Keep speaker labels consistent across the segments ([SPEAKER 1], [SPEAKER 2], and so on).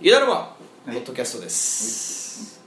[SPEAKER 1] ゆだるまポ
[SPEAKER 2] い
[SPEAKER 1] ッドキャストです、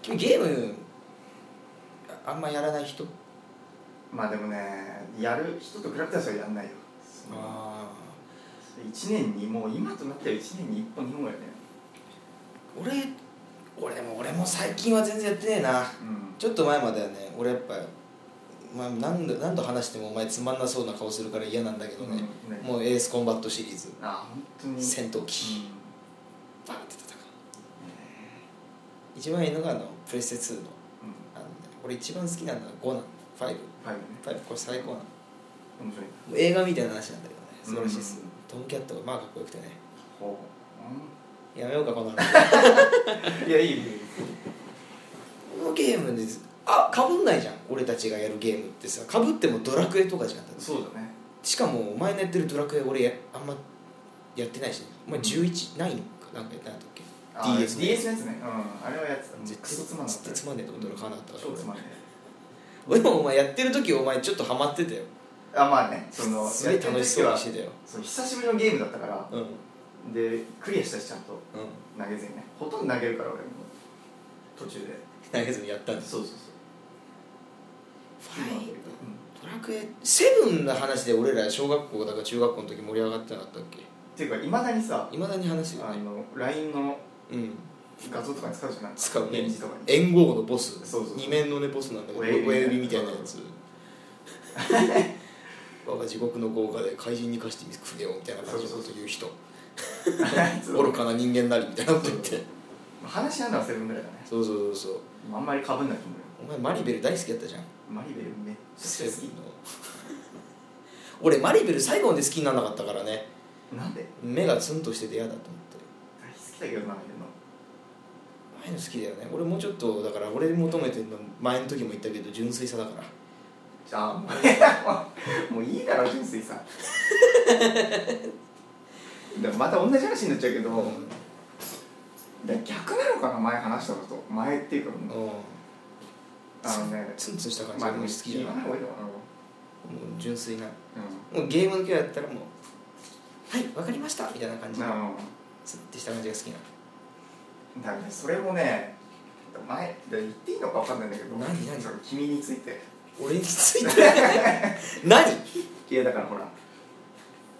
[SPEAKER 1] 君ゲームああんまやらない人
[SPEAKER 2] まあでもねやる人と比べたらそれやんないよその
[SPEAKER 1] あ
[SPEAKER 2] 一年にもう今となっては1年に1本2本ぐらいだよね
[SPEAKER 1] 俺俺も俺も最近は全然やってねえな
[SPEAKER 2] うん
[SPEAKER 1] ちょっと前まではね俺やっぱ、まあ、何度何度話してもお前つまんなそうな顔するから嫌なんだけどね、
[SPEAKER 2] うんね
[SPEAKER 1] もうエースコンバットシリーズ
[SPEAKER 2] あ本当に
[SPEAKER 1] 戦闘
[SPEAKER 2] う
[SPEAKER 1] 機、
[SPEAKER 2] ん
[SPEAKER 1] バーンって戦う一番いいのがあのプレステ2の
[SPEAKER 2] うん
[SPEAKER 1] あの、ね、俺一番好きなのは5なの5
[SPEAKER 2] ファイブね
[SPEAKER 1] 5これ最高なの
[SPEAKER 2] 面白いな
[SPEAKER 1] もう映画みたいな話なんだけどね素晴らしいです、
[SPEAKER 2] うん
[SPEAKER 1] トム・キャットがまあかっこよくてね
[SPEAKER 2] ほ
[SPEAKER 1] やめようかこの話
[SPEAKER 2] う、うん、いやいいよいいよ
[SPEAKER 1] このゲームですあかぶんないじゃん俺たちがやるゲームってさかぶってもドラクエとかじゃん
[SPEAKER 2] そうだね
[SPEAKER 1] しかもお前のやってるドラクエ俺やあんまやってないし、ね、お前
[SPEAKER 2] うん
[SPEAKER 1] 11、ないんかなんかやってなかった
[SPEAKER 2] あ
[SPEAKER 1] っけ DS
[SPEAKER 2] のやつねうんあれはやってた
[SPEAKER 1] 絶対
[SPEAKER 2] クソつまんなかった
[SPEAKER 1] つまんねえと思って俺買わなかったから
[SPEAKER 2] 超つまんね
[SPEAKER 1] でもお前やってる時お前ちょっとハマってたよ
[SPEAKER 2] えあまあねその
[SPEAKER 1] すげえ楽しそうにしててたよ
[SPEAKER 2] そう久しぶりのゲームだったから
[SPEAKER 1] うんうん
[SPEAKER 2] でクリアしたしちゃんと投げずにねほとんど投げるから俺も途中で
[SPEAKER 1] 投げずにやったんです
[SPEAKER 2] そうそうそう
[SPEAKER 1] ファイブドラクエ7の話で俺ら小学校だか中学校の時盛り上がってなかったっけ
[SPEAKER 2] っていうかいまだにさ
[SPEAKER 1] いまだに話よ
[SPEAKER 2] あ
[SPEAKER 1] ね
[SPEAKER 2] の LINE の
[SPEAKER 1] うん
[SPEAKER 2] 画像とかに使うじゃない
[SPEAKER 1] 使うね
[SPEAKER 2] 返事とかに
[SPEAKER 1] 円号のボス
[SPEAKER 2] そうそうそう
[SPEAKER 1] 二面のねボスなんだけど
[SPEAKER 2] 親指
[SPEAKER 1] 親指みたいなやつ我が地獄の豪華で怪人に貸してくれよみたいな感じのこと言う人愚かな人間なりみたいなこと言って
[SPEAKER 2] 話し合うのはセブンぐらいだね
[SPEAKER 1] そうそうそうそう
[SPEAKER 2] あんまりかぶんないと思うよ
[SPEAKER 1] お前マリベル大好きやったじゃん
[SPEAKER 2] マリベルめっちゃ好
[SPEAKER 1] セブンの俺マリベル最後まで好きにならなかったからね
[SPEAKER 2] きなんで
[SPEAKER 1] 目がツンとしてて嫌だと思って
[SPEAKER 2] 大好きだけどなマリベルの
[SPEAKER 1] 前の好きだよね俺もうちょっとだから俺求めてるの前の時も言ったけど純粋さだから
[SPEAKER 2] じゃあもう もういいだろ純粋さでもまた同じ話になっちゃうけど、で逆なのかな前話したこと前っていうか、
[SPEAKER 1] うん
[SPEAKER 2] あのね
[SPEAKER 1] ツンツンした感じ
[SPEAKER 2] ま
[SPEAKER 1] が
[SPEAKER 2] あ
[SPEAKER 1] もう好きじゃない
[SPEAKER 2] 言わない方がいいの
[SPEAKER 1] もう純粋な
[SPEAKER 2] か
[SPEAKER 1] もうゲームのキャラやったらもう「はいわかりました」みたいな感じ
[SPEAKER 2] なうん、うん
[SPEAKER 1] ツンってした感じが好きな
[SPEAKER 2] だからねそれもね前で言っていいのか分かんないんだけど
[SPEAKER 1] 何何
[SPEAKER 2] その君について
[SPEAKER 1] 俺について 何、
[SPEAKER 2] いやだからほら、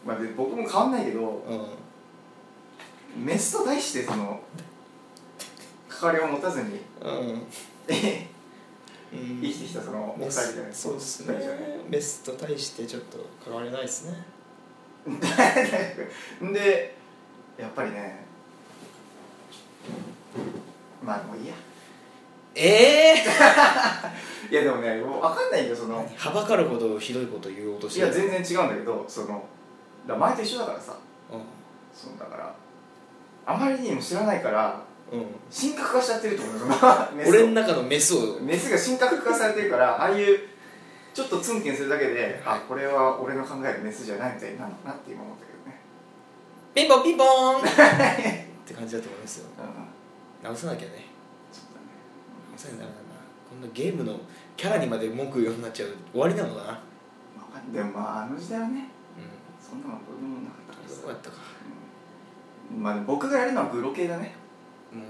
[SPEAKER 2] まあ、別に僕も変わんないけど
[SPEAKER 1] うん、
[SPEAKER 2] メスと対してその関わりを持たずに
[SPEAKER 1] うんうん
[SPEAKER 2] 生きてきたそのお二
[SPEAKER 1] メ
[SPEAKER 2] 人じゃない
[SPEAKER 1] スそうです
[SPEAKER 2] 二人じゃない
[SPEAKER 1] ねメスと対してちょっと関われないですね
[SPEAKER 2] でやっぱりねまあもういいや
[SPEAKER 1] ええ
[SPEAKER 2] いやでもねもう分かんないんだよその
[SPEAKER 1] はばかるほどひどいこと言おうとして
[SPEAKER 2] い
[SPEAKER 1] る
[SPEAKER 2] や全然違うんだけどそのだから前と一緒だからさそのだからあまりにも知らないから
[SPEAKER 1] うん、うん、
[SPEAKER 2] 神格化しちゃってると思うよ メス
[SPEAKER 1] 俺
[SPEAKER 2] を
[SPEAKER 1] の中のメスを
[SPEAKER 2] メスが神格化されてるからああいうちょっとツンケンするだけであこれは俺の考えるメスじゃないみたいになるのかなって今思ったけどね
[SPEAKER 1] ピンポンピンポーンって感じだと思いますよ
[SPEAKER 2] うん
[SPEAKER 1] 直さなきゃね
[SPEAKER 2] そうだね
[SPEAKER 1] 直さなきゃダメだなこんなゲームのキャラにまで文句言うようになっちゃう終わりなのかな
[SPEAKER 2] まあわかんでもまああの時代はね
[SPEAKER 1] う
[SPEAKER 2] そんなのどうでもなかったから
[SPEAKER 1] ん
[SPEAKER 2] さ
[SPEAKER 1] どうやったか
[SPEAKER 2] うんまあ僕がやるのはグロ系だね
[SPEAKER 1] もう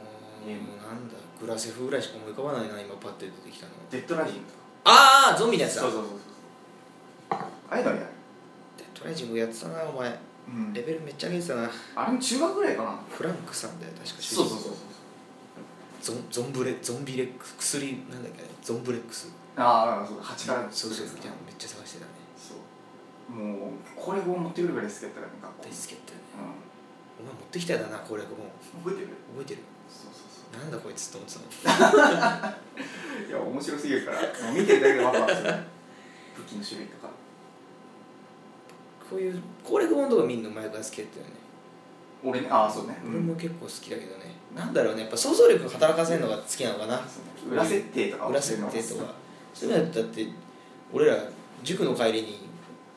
[SPEAKER 2] ゲーム
[SPEAKER 1] もうなんだグラセフぐらいしか思い浮かばないな今パッて出てきたの
[SPEAKER 2] デッドラジンと
[SPEAKER 1] ああゾンビのや
[SPEAKER 2] か
[SPEAKER 1] つだ
[SPEAKER 2] そうそうそうそうああいうのはやる
[SPEAKER 1] でとりあえずもうやってたなお前
[SPEAKER 2] うん
[SPEAKER 1] レベルめっちゃ上げてたな
[SPEAKER 2] あれも中学ぐらいかな
[SPEAKER 1] フランクさんだよ確か
[SPEAKER 2] そうそうそうそう
[SPEAKER 1] ゾンゾンブレゾンビレックス薬なんだっけゾンブレックス
[SPEAKER 2] ああそう蜂から
[SPEAKER 1] そうそう
[SPEAKER 2] そう
[SPEAKER 1] みたいなのめっちゃ探してたね
[SPEAKER 2] そうもうこれを持ってくるぐらい好きだったからね学校
[SPEAKER 1] 大好きやったよねお
[SPEAKER 2] う
[SPEAKER 1] 前持ってきたよな攻略本
[SPEAKER 2] ん覚えてる
[SPEAKER 1] 覚えてる
[SPEAKER 2] そうそう
[SPEAKER 1] なんだこいつって思ってたの
[SPEAKER 2] そういや面白すぎるからもう見てるだけでワクワクする武器の種類とか
[SPEAKER 1] こういう攻略本とか見るの前から好きだったよね
[SPEAKER 2] 俺ねああそうね
[SPEAKER 1] 俺も結構好きだけどね、なんだろうねやっぱ想像力働かせるのが好きなのかな
[SPEAKER 2] そうね裏設定とか
[SPEAKER 1] 裏設定とかそういうのだって俺ら塾の帰りに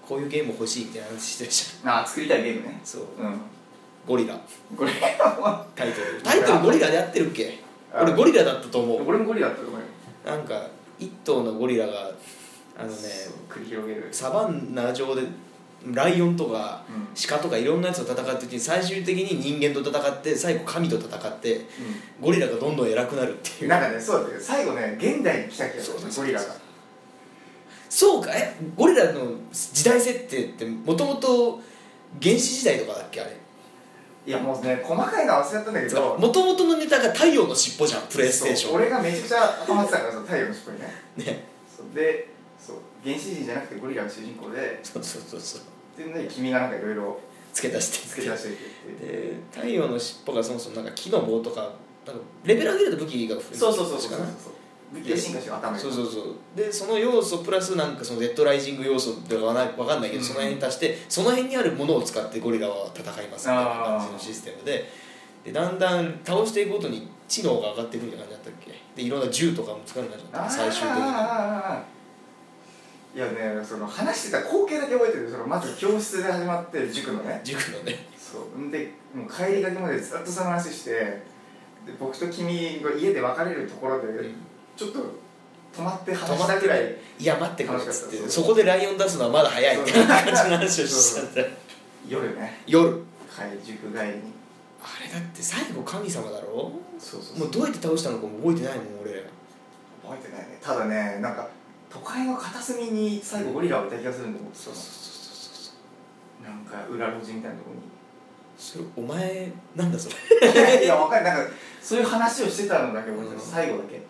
[SPEAKER 1] こういうゲーム欲しいみたいな話してるじ
[SPEAKER 2] ああ作りたいゲームね
[SPEAKER 1] ゃんそう
[SPEAKER 2] う
[SPEAKER 1] ゴリラ
[SPEAKER 2] んこれは
[SPEAKER 1] タイトルタイトルゴリラでやってるっけ
[SPEAKER 2] あ
[SPEAKER 1] 俺ゴリラだったと思う
[SPEAKER 2] 俺もゴリラだったと思うよ
[SPEAKER 1] なんか一頭のゴリラがあのね
[SPEAKER 2] そう繰り広げる
[SPEAKER 1] サバンナ上でライオンとか
[SPEAKER 2] うん
[SPEAKER 1] 鹿とかいろんなやつと戦った時に最終的に人間と戦って最後神と戦ってゴリラがどんどん偉くなるってい
[SPEAKER 2] うん
[SPEAKER 1] う
[SPEAKER 2] なんかねそうだったけど最後ね現代に来たけ
[SPEAKER 1] そうそうそう
[SPEAKER 2] どゴリラが
[SPEAKER 1] そうかえゴリラの時代設定ってもともと原始時代とかだっけあれ
[SPEAKER 2] いやもうね細かいのは忘れちゃったんだけど
[SPEAKER 1] もともとのネタが太陽の尻尾じゃんプレイステーシ
[SPEAKER 2] そう
[SPEAKER 1] ョン
[SPEAKER 2] 俺がめちゃくちゃハマってたからその太陽の尻尾にね
[SPEAKER 1] ね
[SPEAKER 2] そうでそう原始人じゃなくてゴリラが主人公で
[SPEAKER 1] そうそうそうそう
[SPEAKER 2] っていうので君がなんかいろいろ
[SPEAKER 1] 付け足して
[SPEAKER 2] 付け出していくっていう
[SPEAKER 1] で太陽の尻尾がそもそもなんか木の棒とかなんかレベル上げると武器が増える
[SPEAKER 2] そうそうそうそ
[SPEAKER 1] 確
[SPEAKER 2] うそう
[SPEAKER 1] かな
[SPEAKER 2] 武器で進化して頭に
[SPEAKER 1] そうそうそうでその要素プラスなんかそのデッドライジング要素とかはなわかんないけど、
[SPEAKER 2] うん
[SPEAKER 1] その辺に足してその辺にあるものを使ってゴリラは戦いますみたいな感じのシステムででだんだん倒していくごとに知能が上がっていくみたいな感じだったっけでいろんな銃とかも使うようになっちゃった最終的
[SPEAKER 2] あーあ
[SPEAKER 1] に
[SPEAKER 2] ーあーあーいやねその話してた光景だけ覚えてるそのまず教室で始まって塾のね
[SPEAKER 1] 塾のね
[SPEAKER 2] そうんでもう帰りがけまでずっとその話してで僕と君が家で別れるところで、ちょっと止まって話したぐらい
[SPEAKER 1] いや待ってくれっつっ
[SPEAKER 2] 楽しか
[SPEAKER 1] て
[SPEAKER 2] った
[SPEAKER 1] そこでライオン出すのはまだ早いみたいな感じの話をしてたんだよ
[SPEAKER 2] 夜ね
[SPEAKER 1] 夜
[SPEAKER 2] 帰塾帰りに
[SPEAKER 1] あれだって最後神様だろ
[SPEAKER 2] そうそう
[SPEAKER 1] もうどうやって倒したのかも覚えてないもん俺
[SPEAKER 2] 覚えてないねただねなんか都会の片隅に最後ゴリラをいた気がするんだもんそのなんか裏路地みたいなとこ
[SPEAKER 1] それお前なんだそれ
[SPEAKER 2] に いやわかんないなんかそういう話をしてたのだけど、
[SPEAKER 1] うん
[SPEAKER 2] 最後だけ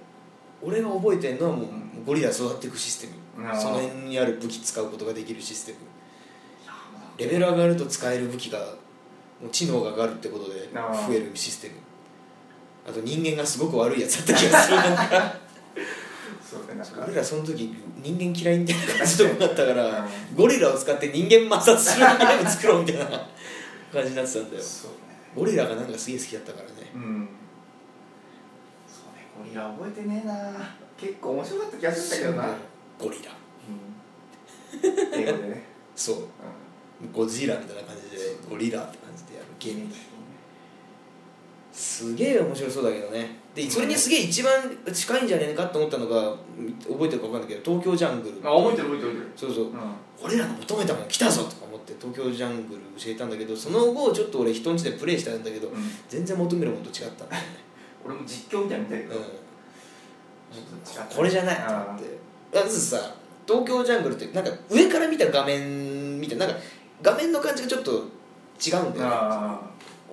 [SPEAKER 1] 俺が覚えてんのはもうゴリラ育っていくシステ
[SPEAKER 2] な
[SPEAKER 1] ム
[SPEAKER 2] るほ
[SPEAKER 1] そ
[SPEAKER 2] ど
[SPEAKER 1] の辺にある武器使うことができるシステム
[SPEAKER 2] い
[SPEAKER 1] レベル上がると使える武器がもう知能が上がるってことで
[SPEAKER 2] なるほど
[SPEAKER 1] 増えるシステムあと人間がすごく悪いやつだった気がするなんか
[SPEAKER 2] やそうねなん か
[SPEAKER 1] 俺らその時人間嫌いみたいな感じとこだったから
[SPEAKER 2] う
[SPEAKER 1] ゴリラを使って人間摩擦するゲーム作ろうみたいな感じになってたんだよ
[SPEAKER 2] そうね
[SPEAKER 1] ゴリラがなんかすげえ好きだったからね
[SPEAKER 2] うんそうねゴリラ覚えてねえな結構面白かった気がするんだけどな、
[SPEAKER 1] ゴリラ
[SPEAKER 2] うん、英語でね、
[SPEAKER 1] そう
[SPEAKER 2] う
[SPEAKER 1] ゴジラみたいな感じでゴリラって感じでやるゲームすげえ面白そうだけどねでそれにすげえ一番近いんじゃねえかと思ったのが覚えてるか分かんないけど東京ジャングル
[SPEAKER 2] ん、あ覚えてる覚えてる覚えてる
[SPEAKER 1] そうそう
[SPEAKER 2] うん
[SPEAKER 1] 俺らの求めたもん来たぞとか思って東京ジャングル教えたんだけどその後ちょっと俺人ん家でプレイしたんだけど
[SPEAKER 2] うん
[SPEAKER 1] 全然求めるものと違ったんだよね
[SPEAKER 2] 俺も実況みたいなの見たけ
[SPEAKER 1] うん
[SPEAKER 2] ど、ちょっと違った
[SPEAKER 1] これじゃないと思ってだってさ東京ジャングルってなんか上から見た画面みたいななんか画面の感じがちょっと違うんだよね
[SPEAKER 2] あ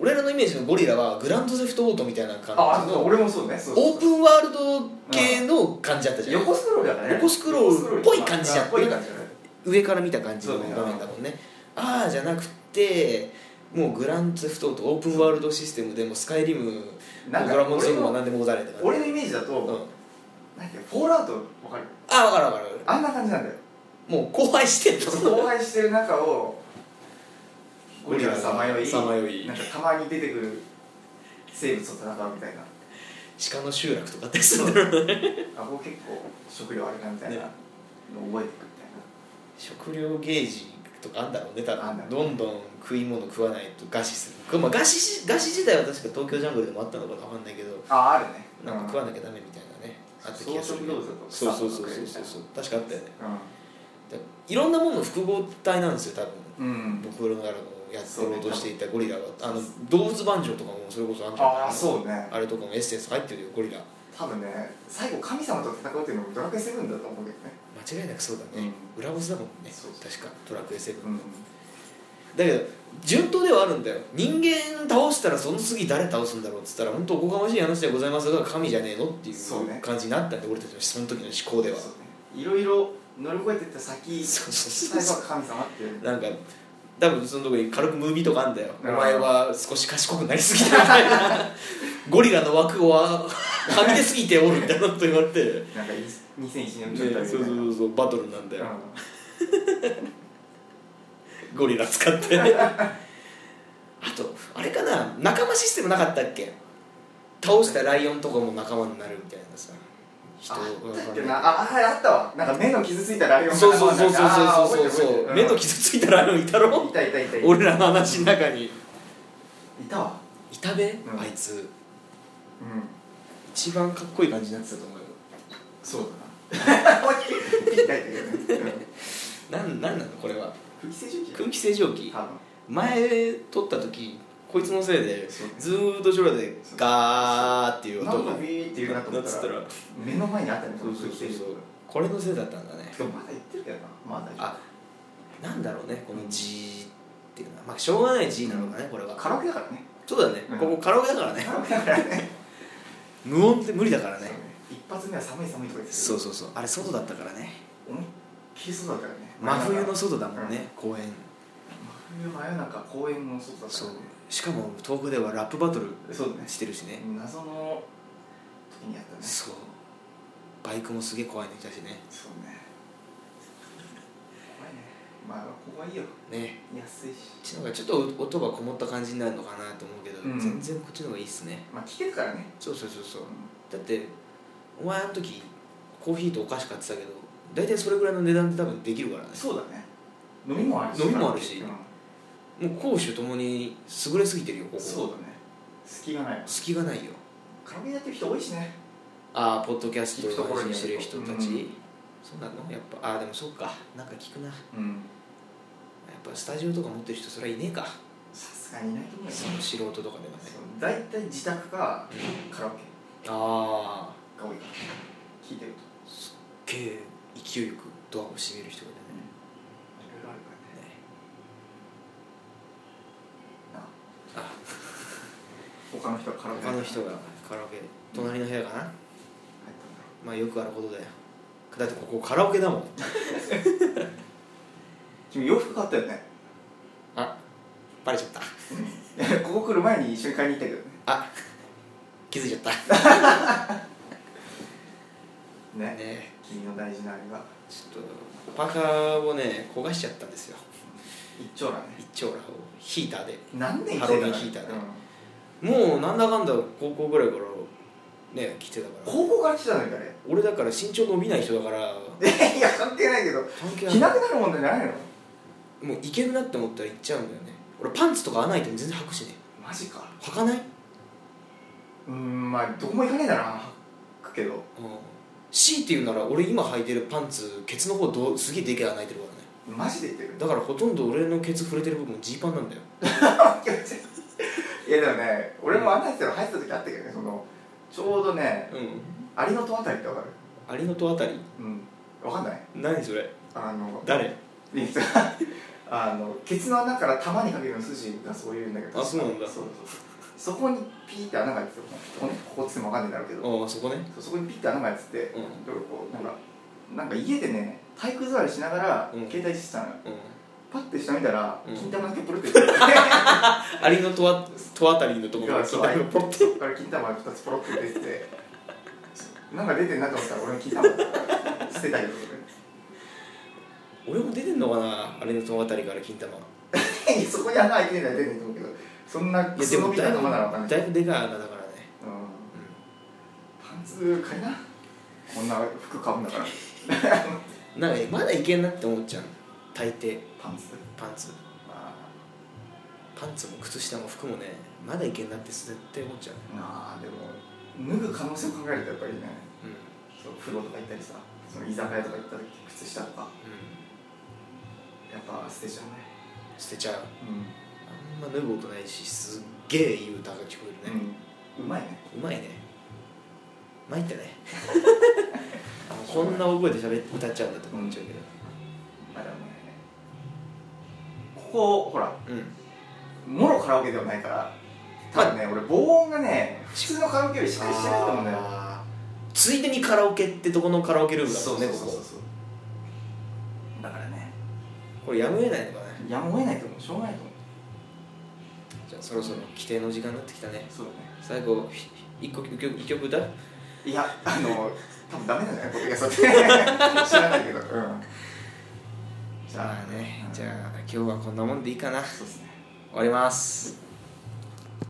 [SPEAKER 1] 俺らのイメージのゴリラはグランドセフトオートみたいな
[SPEAKER 2] ー
[SPEAKER 1] 感
[SPEAKER 2] あ
[SPEAKER 1] じ
[SPEAKER 2] そう
[SPEAKER 1] の
[SPEAKER 2] 俺もそうねそうそう
[SPEAKER 1] オープンワールド系の感じだったじゃん
[SPEAKER 2] 横スクロールだからね
[SPEAKER 1] 横スクロールっぽい感じじゃん
[SPEAKER 2] 横スクロールっぽい感じだね
[SPEAKER 1] 上から見た感じの
[SPEAKER 2] そうね
[SPEAKER 1] 画面だもんねああじゃなくてもうグランドセフトオートオープンワールドシステムでもスカイリムもう
[SPEAKER 2] なんか
[SPEAKER 1] ドラゴンズインも
[SPEAKER 2] 俺の
[SPEAKER 1] 何でもござれって感じ
[SPEAKER 2] 俺のイメージだと、
[SPEAKER 1] うん、
[SPEAKER 2] なんかフォールアウトわかる
[SPEAKER 1] ああ分かる分かる
[SPEAKER 2] あんな感じなんだよ
[SPEAKER 1] もう荒廃してんの
[SPEAKER 2] 荒廃してる中をゴリラさまよい
[SPEAKER 1] さまよい
[SPEAKER 2] なんかたまに出てくる生物と戦うみたいな
[SPEAKER 1] 鹿の集落とかってすんだろうね
[SPEAKER 2] あここ結構食料あれなみたいなの
[SPEAKER 1] ね
[SPEAKER 2] を覚えていくみたいな
[SPEAKER 1] 食料ゲージとかあんだろうね多
[SPEAKER 2] あんだ
[SPEAKER 1] 分
[SPEAKER 2] ろ
[SPEAKER 1] どんどん食い物食わないと餓死する、まあ、餓死し餓死自体は確か東京ジャングルでもあったのかな分かんないけど
[SPEAKER 2] ああるね
[SPEAKER 1] なんか食
[SPEAKER 2] わ
[SPEAKER 1] わなきゃダメみたいなね、あった気
[SPEAKER 2] 草
[SPEAKER 1] がする
[SPEAKER 2] 食動物だと
[SPEAKER 1] そうそうそうそうそうそう確かあったよね
[SPEAKER 2] う
[SPEAKER 1] だいろんなものの複合体なんですよ多分
[SPEAKER 2] ん、うん、
[SPEAKER 1] 僕らがやろうとしていたゴリラはあの動物番長とかもそれこそあんじゃない
[SPEAKER 2] ああそうね
[SPEAKER 1] あれとかもエッセンス入ってるよゴリラ
[SPEAKER 2] 多分ね最後神様と戦うっていうのもドラクエ7だと思うけどね
[SPEAKER 1] 間違いなくそうだね、裏ボスだもんね
[SPEAKER 2] そうそう
[SPEAKER 1] 確かトラクエセブン
[SPEAKER 2] うん
[SPEAKER 1] だけど順当ではあるんだよ人間倒したらその次誰倒すんだろうっつったら本当おこがましい話でございますが神じゃねえのってい
[SPEAKER 2] そう
[SPEAKER 1] う
[SPEAKER 2] ね
[SPEAKER 1] 感じになったんで、俺たちのその時の思考では
[SPEAKER 2] そうねいろいろ乗り越えてった先
[SPEAKER 1] そうそうそう
[SPEAKER 2] 最後は神様っていう
[SPEAKER 1] なんか多分そのとこに軽くムービーとかあんだよお
[SPEAKER 2] うん
[SPEAKER 1] 前は少し賢くなりすぎたみたいな ゴリラの枠をははみ出すぎておるみたいなこと言われて、ね、
[SPEAKER 2] なんかい2001年
[SPEAKER 1] そ
[SPEAKER 2] の状
[SPEAKER 1] う
[SPEAKER 2] 態みたい
[SPEAKER 1] そう
[SPEAKER 2] な
[SPEAKER 1] そうそうバトルなんだよ、
[SPEAKER 2] うん
[SPEAKER 1] ゴリラ使ってあとあれかな仲間システムなかったっけ倒したライオンとかも仲間になるみたいなさ人
[SPEAKER 2] あ
[SPEAKER 1] わかんない
[SPEAKER 2] だっけなあああったわなんか目の傷ついたライオン
[SPEAKER 1] そうそうそうそうそうそう
[SPEAKER 2] あー覚えてる覚えてる
[SPEAKER 1] 目の傷ついたライオンいた
[SPEAKER 2] うん
[SPEAKER 1] ろ
[SPEAKER 2] いたいたいたいた
[SPEAKER 1] 俺らの話の中に
[SPEAKER 2] いたわ
[SPEAKER 1] いたべ、
[SPEAKER 2] ん
[SPEAKER 1] あいつ
[SPEAKER 2] うん
[SPEAKER 1] 一番かっこいい感じになってたと思うよ
[SPEAKER 2] そうだないたいたいたいたうん
[SPEAKER 1] なんなんなのこれは
[SPEAKER 2] 空気清浄機
[SPEAKER 1] 空気清浄機
[SPEAKER 2] 多分
[SPEAKER 1] 前撮った時こいつのせいで
[SPEAKER 2] そう
[SPEAKER 1] ずーっと空でガーっていう
[SPEAKER 2] なん
[SPEAKER 1] 音
[SPEAKER 2] か
[SPEAKER 1] が
[SPEAKER 2] ビーって言うなと思
[SPEAKER 1] な
[SPEAKER 2] っ
[SPEAKER 1] つ
[SPEAKER 2] た
[SPEAKER 1] った
[SPEAKER 2] ら
[SPEAKER 1] ら
[SPEAKER 2] 目の前にあったね
[SPEAKER 1] そうそうそうそううこれのせいだったんだね
[SPEAKER 2] でもまだ言ってるけどなまあ大丈
[SPEAKER 1] あなんだろうねこの G っていうのはまあしょうがない G なのかねこれ
[SPEAKER 2] 夫
[SPEAKER 1] は
[SPEAKER 2] カラオケだからね
[SPEAKER 1] そうだね
[SPEAKER 2] うん
[SPEAKER 1] ここカラオケだからね
[SPEAKER 2] カラオケだからね
[SPEAKER 1] 無音って無理だから
[SPEAKER 2] そう
[SPEAKER 1] ね
[SPEAKER 2] ね一発目は寒い寒いとか言って
[SPEAKER 1] そう
[SPEAKER 2] う
[SPEAKER 1] そうそうあれ外だったからね
[SPEAKER 2] 思いっきりそうだからね
[SPEAKER 1] 真冬の
[SPEAKER 2] 真
[SPEAKER 1] 外だもんね公園
[SPEAKER 2] 冬真夜中公園の外だか
[SPEAKER 1] そう
[SPEAKER 2] らね
[SPEAKER 1] しかも東北ではラップバトル
[SPEAKER 2] そうだね
[SPEAKER 1] してるしね
[SPEAKER 2] 謎の時にやったね
[SPEAKER 1] そうバイクもすげえ怖いの来たしね
[SPEAKER 2] そうね怖いねまあここはいいよ
[SPEAKER 1] ね
[SPEAKER 2] 安いし
[SPEAKER 1] こっちの方がちょっと音がこもった感じになるのかなと思うけど、
[SPEAKER 2] うん
[SPEAKER 1] 全然こっちの方がいいっすね
[SPEAKER 2] まあ聞けるからね
[SPEAKER 1] そうそうそうそう
[SPEAKER 2] うん
[SPEAKER 1] だってお前あの時コーヒーとお菓子買ってたけど大体それぐらいの値段で多分できるからね
[SPEAKER 2] そうだね飲みもあるし
[SPEAKER 1] 飲みもあるし
[SPEAKER 2] うん
[SPEAKER 1] もう攻守ともに優れすぎてるよここ
[SPEAKER 2] そうだね隙がないわ
[SPEAKER 1] 隙がないよ
[SPEAKER 2] カラオケやってる人多いしね
[SPEAKER 1] ああポッドキャス
[SPEAKER 2] 聞く
[SPEAKER 1] ト
[SPEAKER 2] と
[SPEAKER 1] を
[SPEAKER 2] ころ
[SPEAKER 1] 配
[SPEAKER 2] に
[SPEAKER 1] 信
[SPEAKER 2] よると
[SPEAKER 1] してる人たち、
[SPEAKER 2] うん
[SPEAKER 1] そうなのやっぱああでもそっかなんか聞くなや
[SPEAKER 2] うん
[SPEAKER 1] っぱスタジオとか持ってる人そりゃいねえか
[SPEAKER 2] さすがにいないと思うよ
[SPEAKER 1] その素人とかではね
[SPEAKER 2] そう大体自宅かカラオケ
[SPEAKER 1] ああ
[SPEAKER 2] が多いから聞いてると
[SPEAKER 1] け勢いよくドアを閉める人がい
[SPEAKER 2] いろいろあるから
[SPEAKER 1] たねね
[SPEAKER 2] ねなあ
[SPEAKER 1] あ
[SPEAKER 2] 他の人はカラオケ
[SPEAKER 1] 他の人がカラオケ隣の部屋かな、
[SPEAKER 2] 入ったんだろ
[SPEAKER 1] まあよくあることだよだってここカラオケだもん
[SPEAKER 2] う君洋服買ったよね
[SPEAKER 1] あバレちゃった
[SPEAKER 2] ここ来る前に一緒に買いに行ったけどね
[SPEAKER 1] あ気づいちゃった
[SPEAKER 2] ね
[SPEAKER 1] ね
[SPEAKER 2] 君の大事なあれが
[SPEAKER 1] ちょっとパーカーをね焦がしちゃったんですよ
[SPEAKER 2] 一丁羅ね
[SPEAKER 1] 一丁羅をヒーターで
[SPEAKER 2] 何年着てた
[SPEAKER 1] ハロゲンヒーターね
[SPEAKER 2] うん
[SPEAKER 1] もうなんだかんだ高校ぐらいからね来てたから
[SPEAKER 2] 高校から来たのよあれ
[SPEAKER 1] 俺だから身長伸びない人だから
[SPEAKER 2] いや関係ないけど
[SPEAKER 1] 関係
[SPEAKER 2] 着な
[SPEAKER 1] な
[SPEAKER 2] くなるもんじゃないの
[SPEAKER 1] いもういけるなって思ったら行っちゃうんだよね俺パンツとか穴開いても全然履くしね
[SPEAKER 2] マジか
[SPEAKER 1] 履かない、うん、
[SPEAKER 2] うーんまあどこも行かねえだな履くけど
[SPEAKER 1] 強いて言うなら俺今履いてるパンツケツの方どうすげえでけえ穴開いてるからね
[SPEAKER 2] マジで言ってる
[SPEAKER 1] だからほとんど俺のケツ触れてる部分ジーパンなんだよ
[SPEAKER 2] いやでもね俺も穴開いてたの入ってた時あったけどねそのちょうどね
[SPEAKER 1] うん
[SPEAKER 2] アリの塔あたりってわかる
[SPEAKER 1] ありのとあたり
[SPEAKER 2] うんわかんない
[SPEAKER 1] 何それ
[SPEAKER 2] あの
[SPEAKER 1] 誰
[SPEAKER 2] いや あのケツの穴から玉にかけるの筋がそういうんだけど
[SPEAKER 1] あそうなんだ
[SPEAKER 2] そうそうそうそこにピーって穴が開いててここねここっつってもわかんないんだろうけど
[SPEAKER 1] ああそこね
[SPEAKER 2] そうそこにピッて穴が開いてて、
[SPEAKER 1] うん
[SPEAKER 2] だからこうなんかなんか家でね体育座りしながら、
[SPEAKER 1] うん
[SPEAKER 2] 携帯いじってたのよ
[SPEAKER 1] うん
[SPEAKER 2] パッて下見たら、
[SPEAKER 1] うん
[SPEAKER 2] 金玉だけプルって出てて
[SPEAKER 1] ありのとあとあたりのところが
[SPEAKER 2] そ
[SPEAKER 1] 金
[SPEAKER 2] うあれ
[SPEAKER 1] 玉がポロって
[SPEAKER 2] そっから金玉が2つポロって出ててなんか出てんなと思ったら俺の金玉だから捨てたけど
[SPEAKER 1] 俺も出てんのかなあれのそのあたりから金玉い
[SPEAKER 2] 俺いやそこに穴開いてない出てんと思うけどそんなク
[SPEAKER 1] やで
[SPEAKER 2] ソ伸
[SPEAKER 1] も
[SPEAKER 2] びた
[SPEAKER 1] だい
[SPEAKER 2] 玉ならわかん
[SPEAKER 1] ぶ
[SPEAKER 2] ない
[SPEAKER 1] だ
[SPEAKER 2] う
[SPEAKER 1] い
[SPEAKER 2] ん
[SPEAKER 1] ぶでかい穴だからね、
[SPEAKER 2] パンツ買いなこんな服買うんだから
[SPEAKER 1] うん、なんかまだいけんなって思っちゃう大抵
[SPEAKER 2] パンツ
[SPEAKER 1] パンツ
[SPEAKER 2] ま
[SPEAKER 1] パンツも靴下も服もねまだいけんなって絶対思っちゃう、
[SPEAKER 2] あまあでも脱ぐ可能性を考えるとやっぱりね
[SPEAKER 1] うんうん、
[SPEAKER 2] そう風呂とか行ったりさその居酒屋とか行った時靴下とかやっぱ捨てちゃうね
[SPEAKER 1] 捨てちゃう
[SPEAKER 2] う
[SPEAKER 1] あんま脱ぐことないしすっげえいい歌が聞こえるね、、
[SPEAKER 2] うん、うまいね
[SPEAKER 1] うまいね参 ったねあのこんな大声で喋って歌っちゃうんだとか思っちゃうけど
[SPEAKER 2] まあでもねここほら
[SPEAKER 1] うん、
[SPEAKER 2] もろカラオケではないから多分ね、俺防音がね普通のカラオケよりしっかりしてると思うんだよ
[SPEAKER 1] あーついでにカラオケってとこのカラオケルームだもんねここ
[SPEAKER 2] そうだからね
[SPEAKER 1] これやむを得ないのかね
[SPEAKER 2] やむを得ないと思うしょうがないと思う
[SPEAKER 1] じゃあそろそろ規定の時間になってきたね
[SPEAKER 2] そうだね
[SPEAKER 1] 最後ひ一個一曲一曲歌う
[SPEAKER 2] いやあ の多分ダメなんじゃない僕が そうって知らないけどうんじゃ
[SPEAKER 1] ま
[SPEAKER 2] あ
[SPEAKER 1] あね
[SPEAKER 2] うん
[SPEAKER 1] じゃあ今日はこんなもんでいいかな終
[SPEAKER 2] そうですね
[SPEAKER 1] わります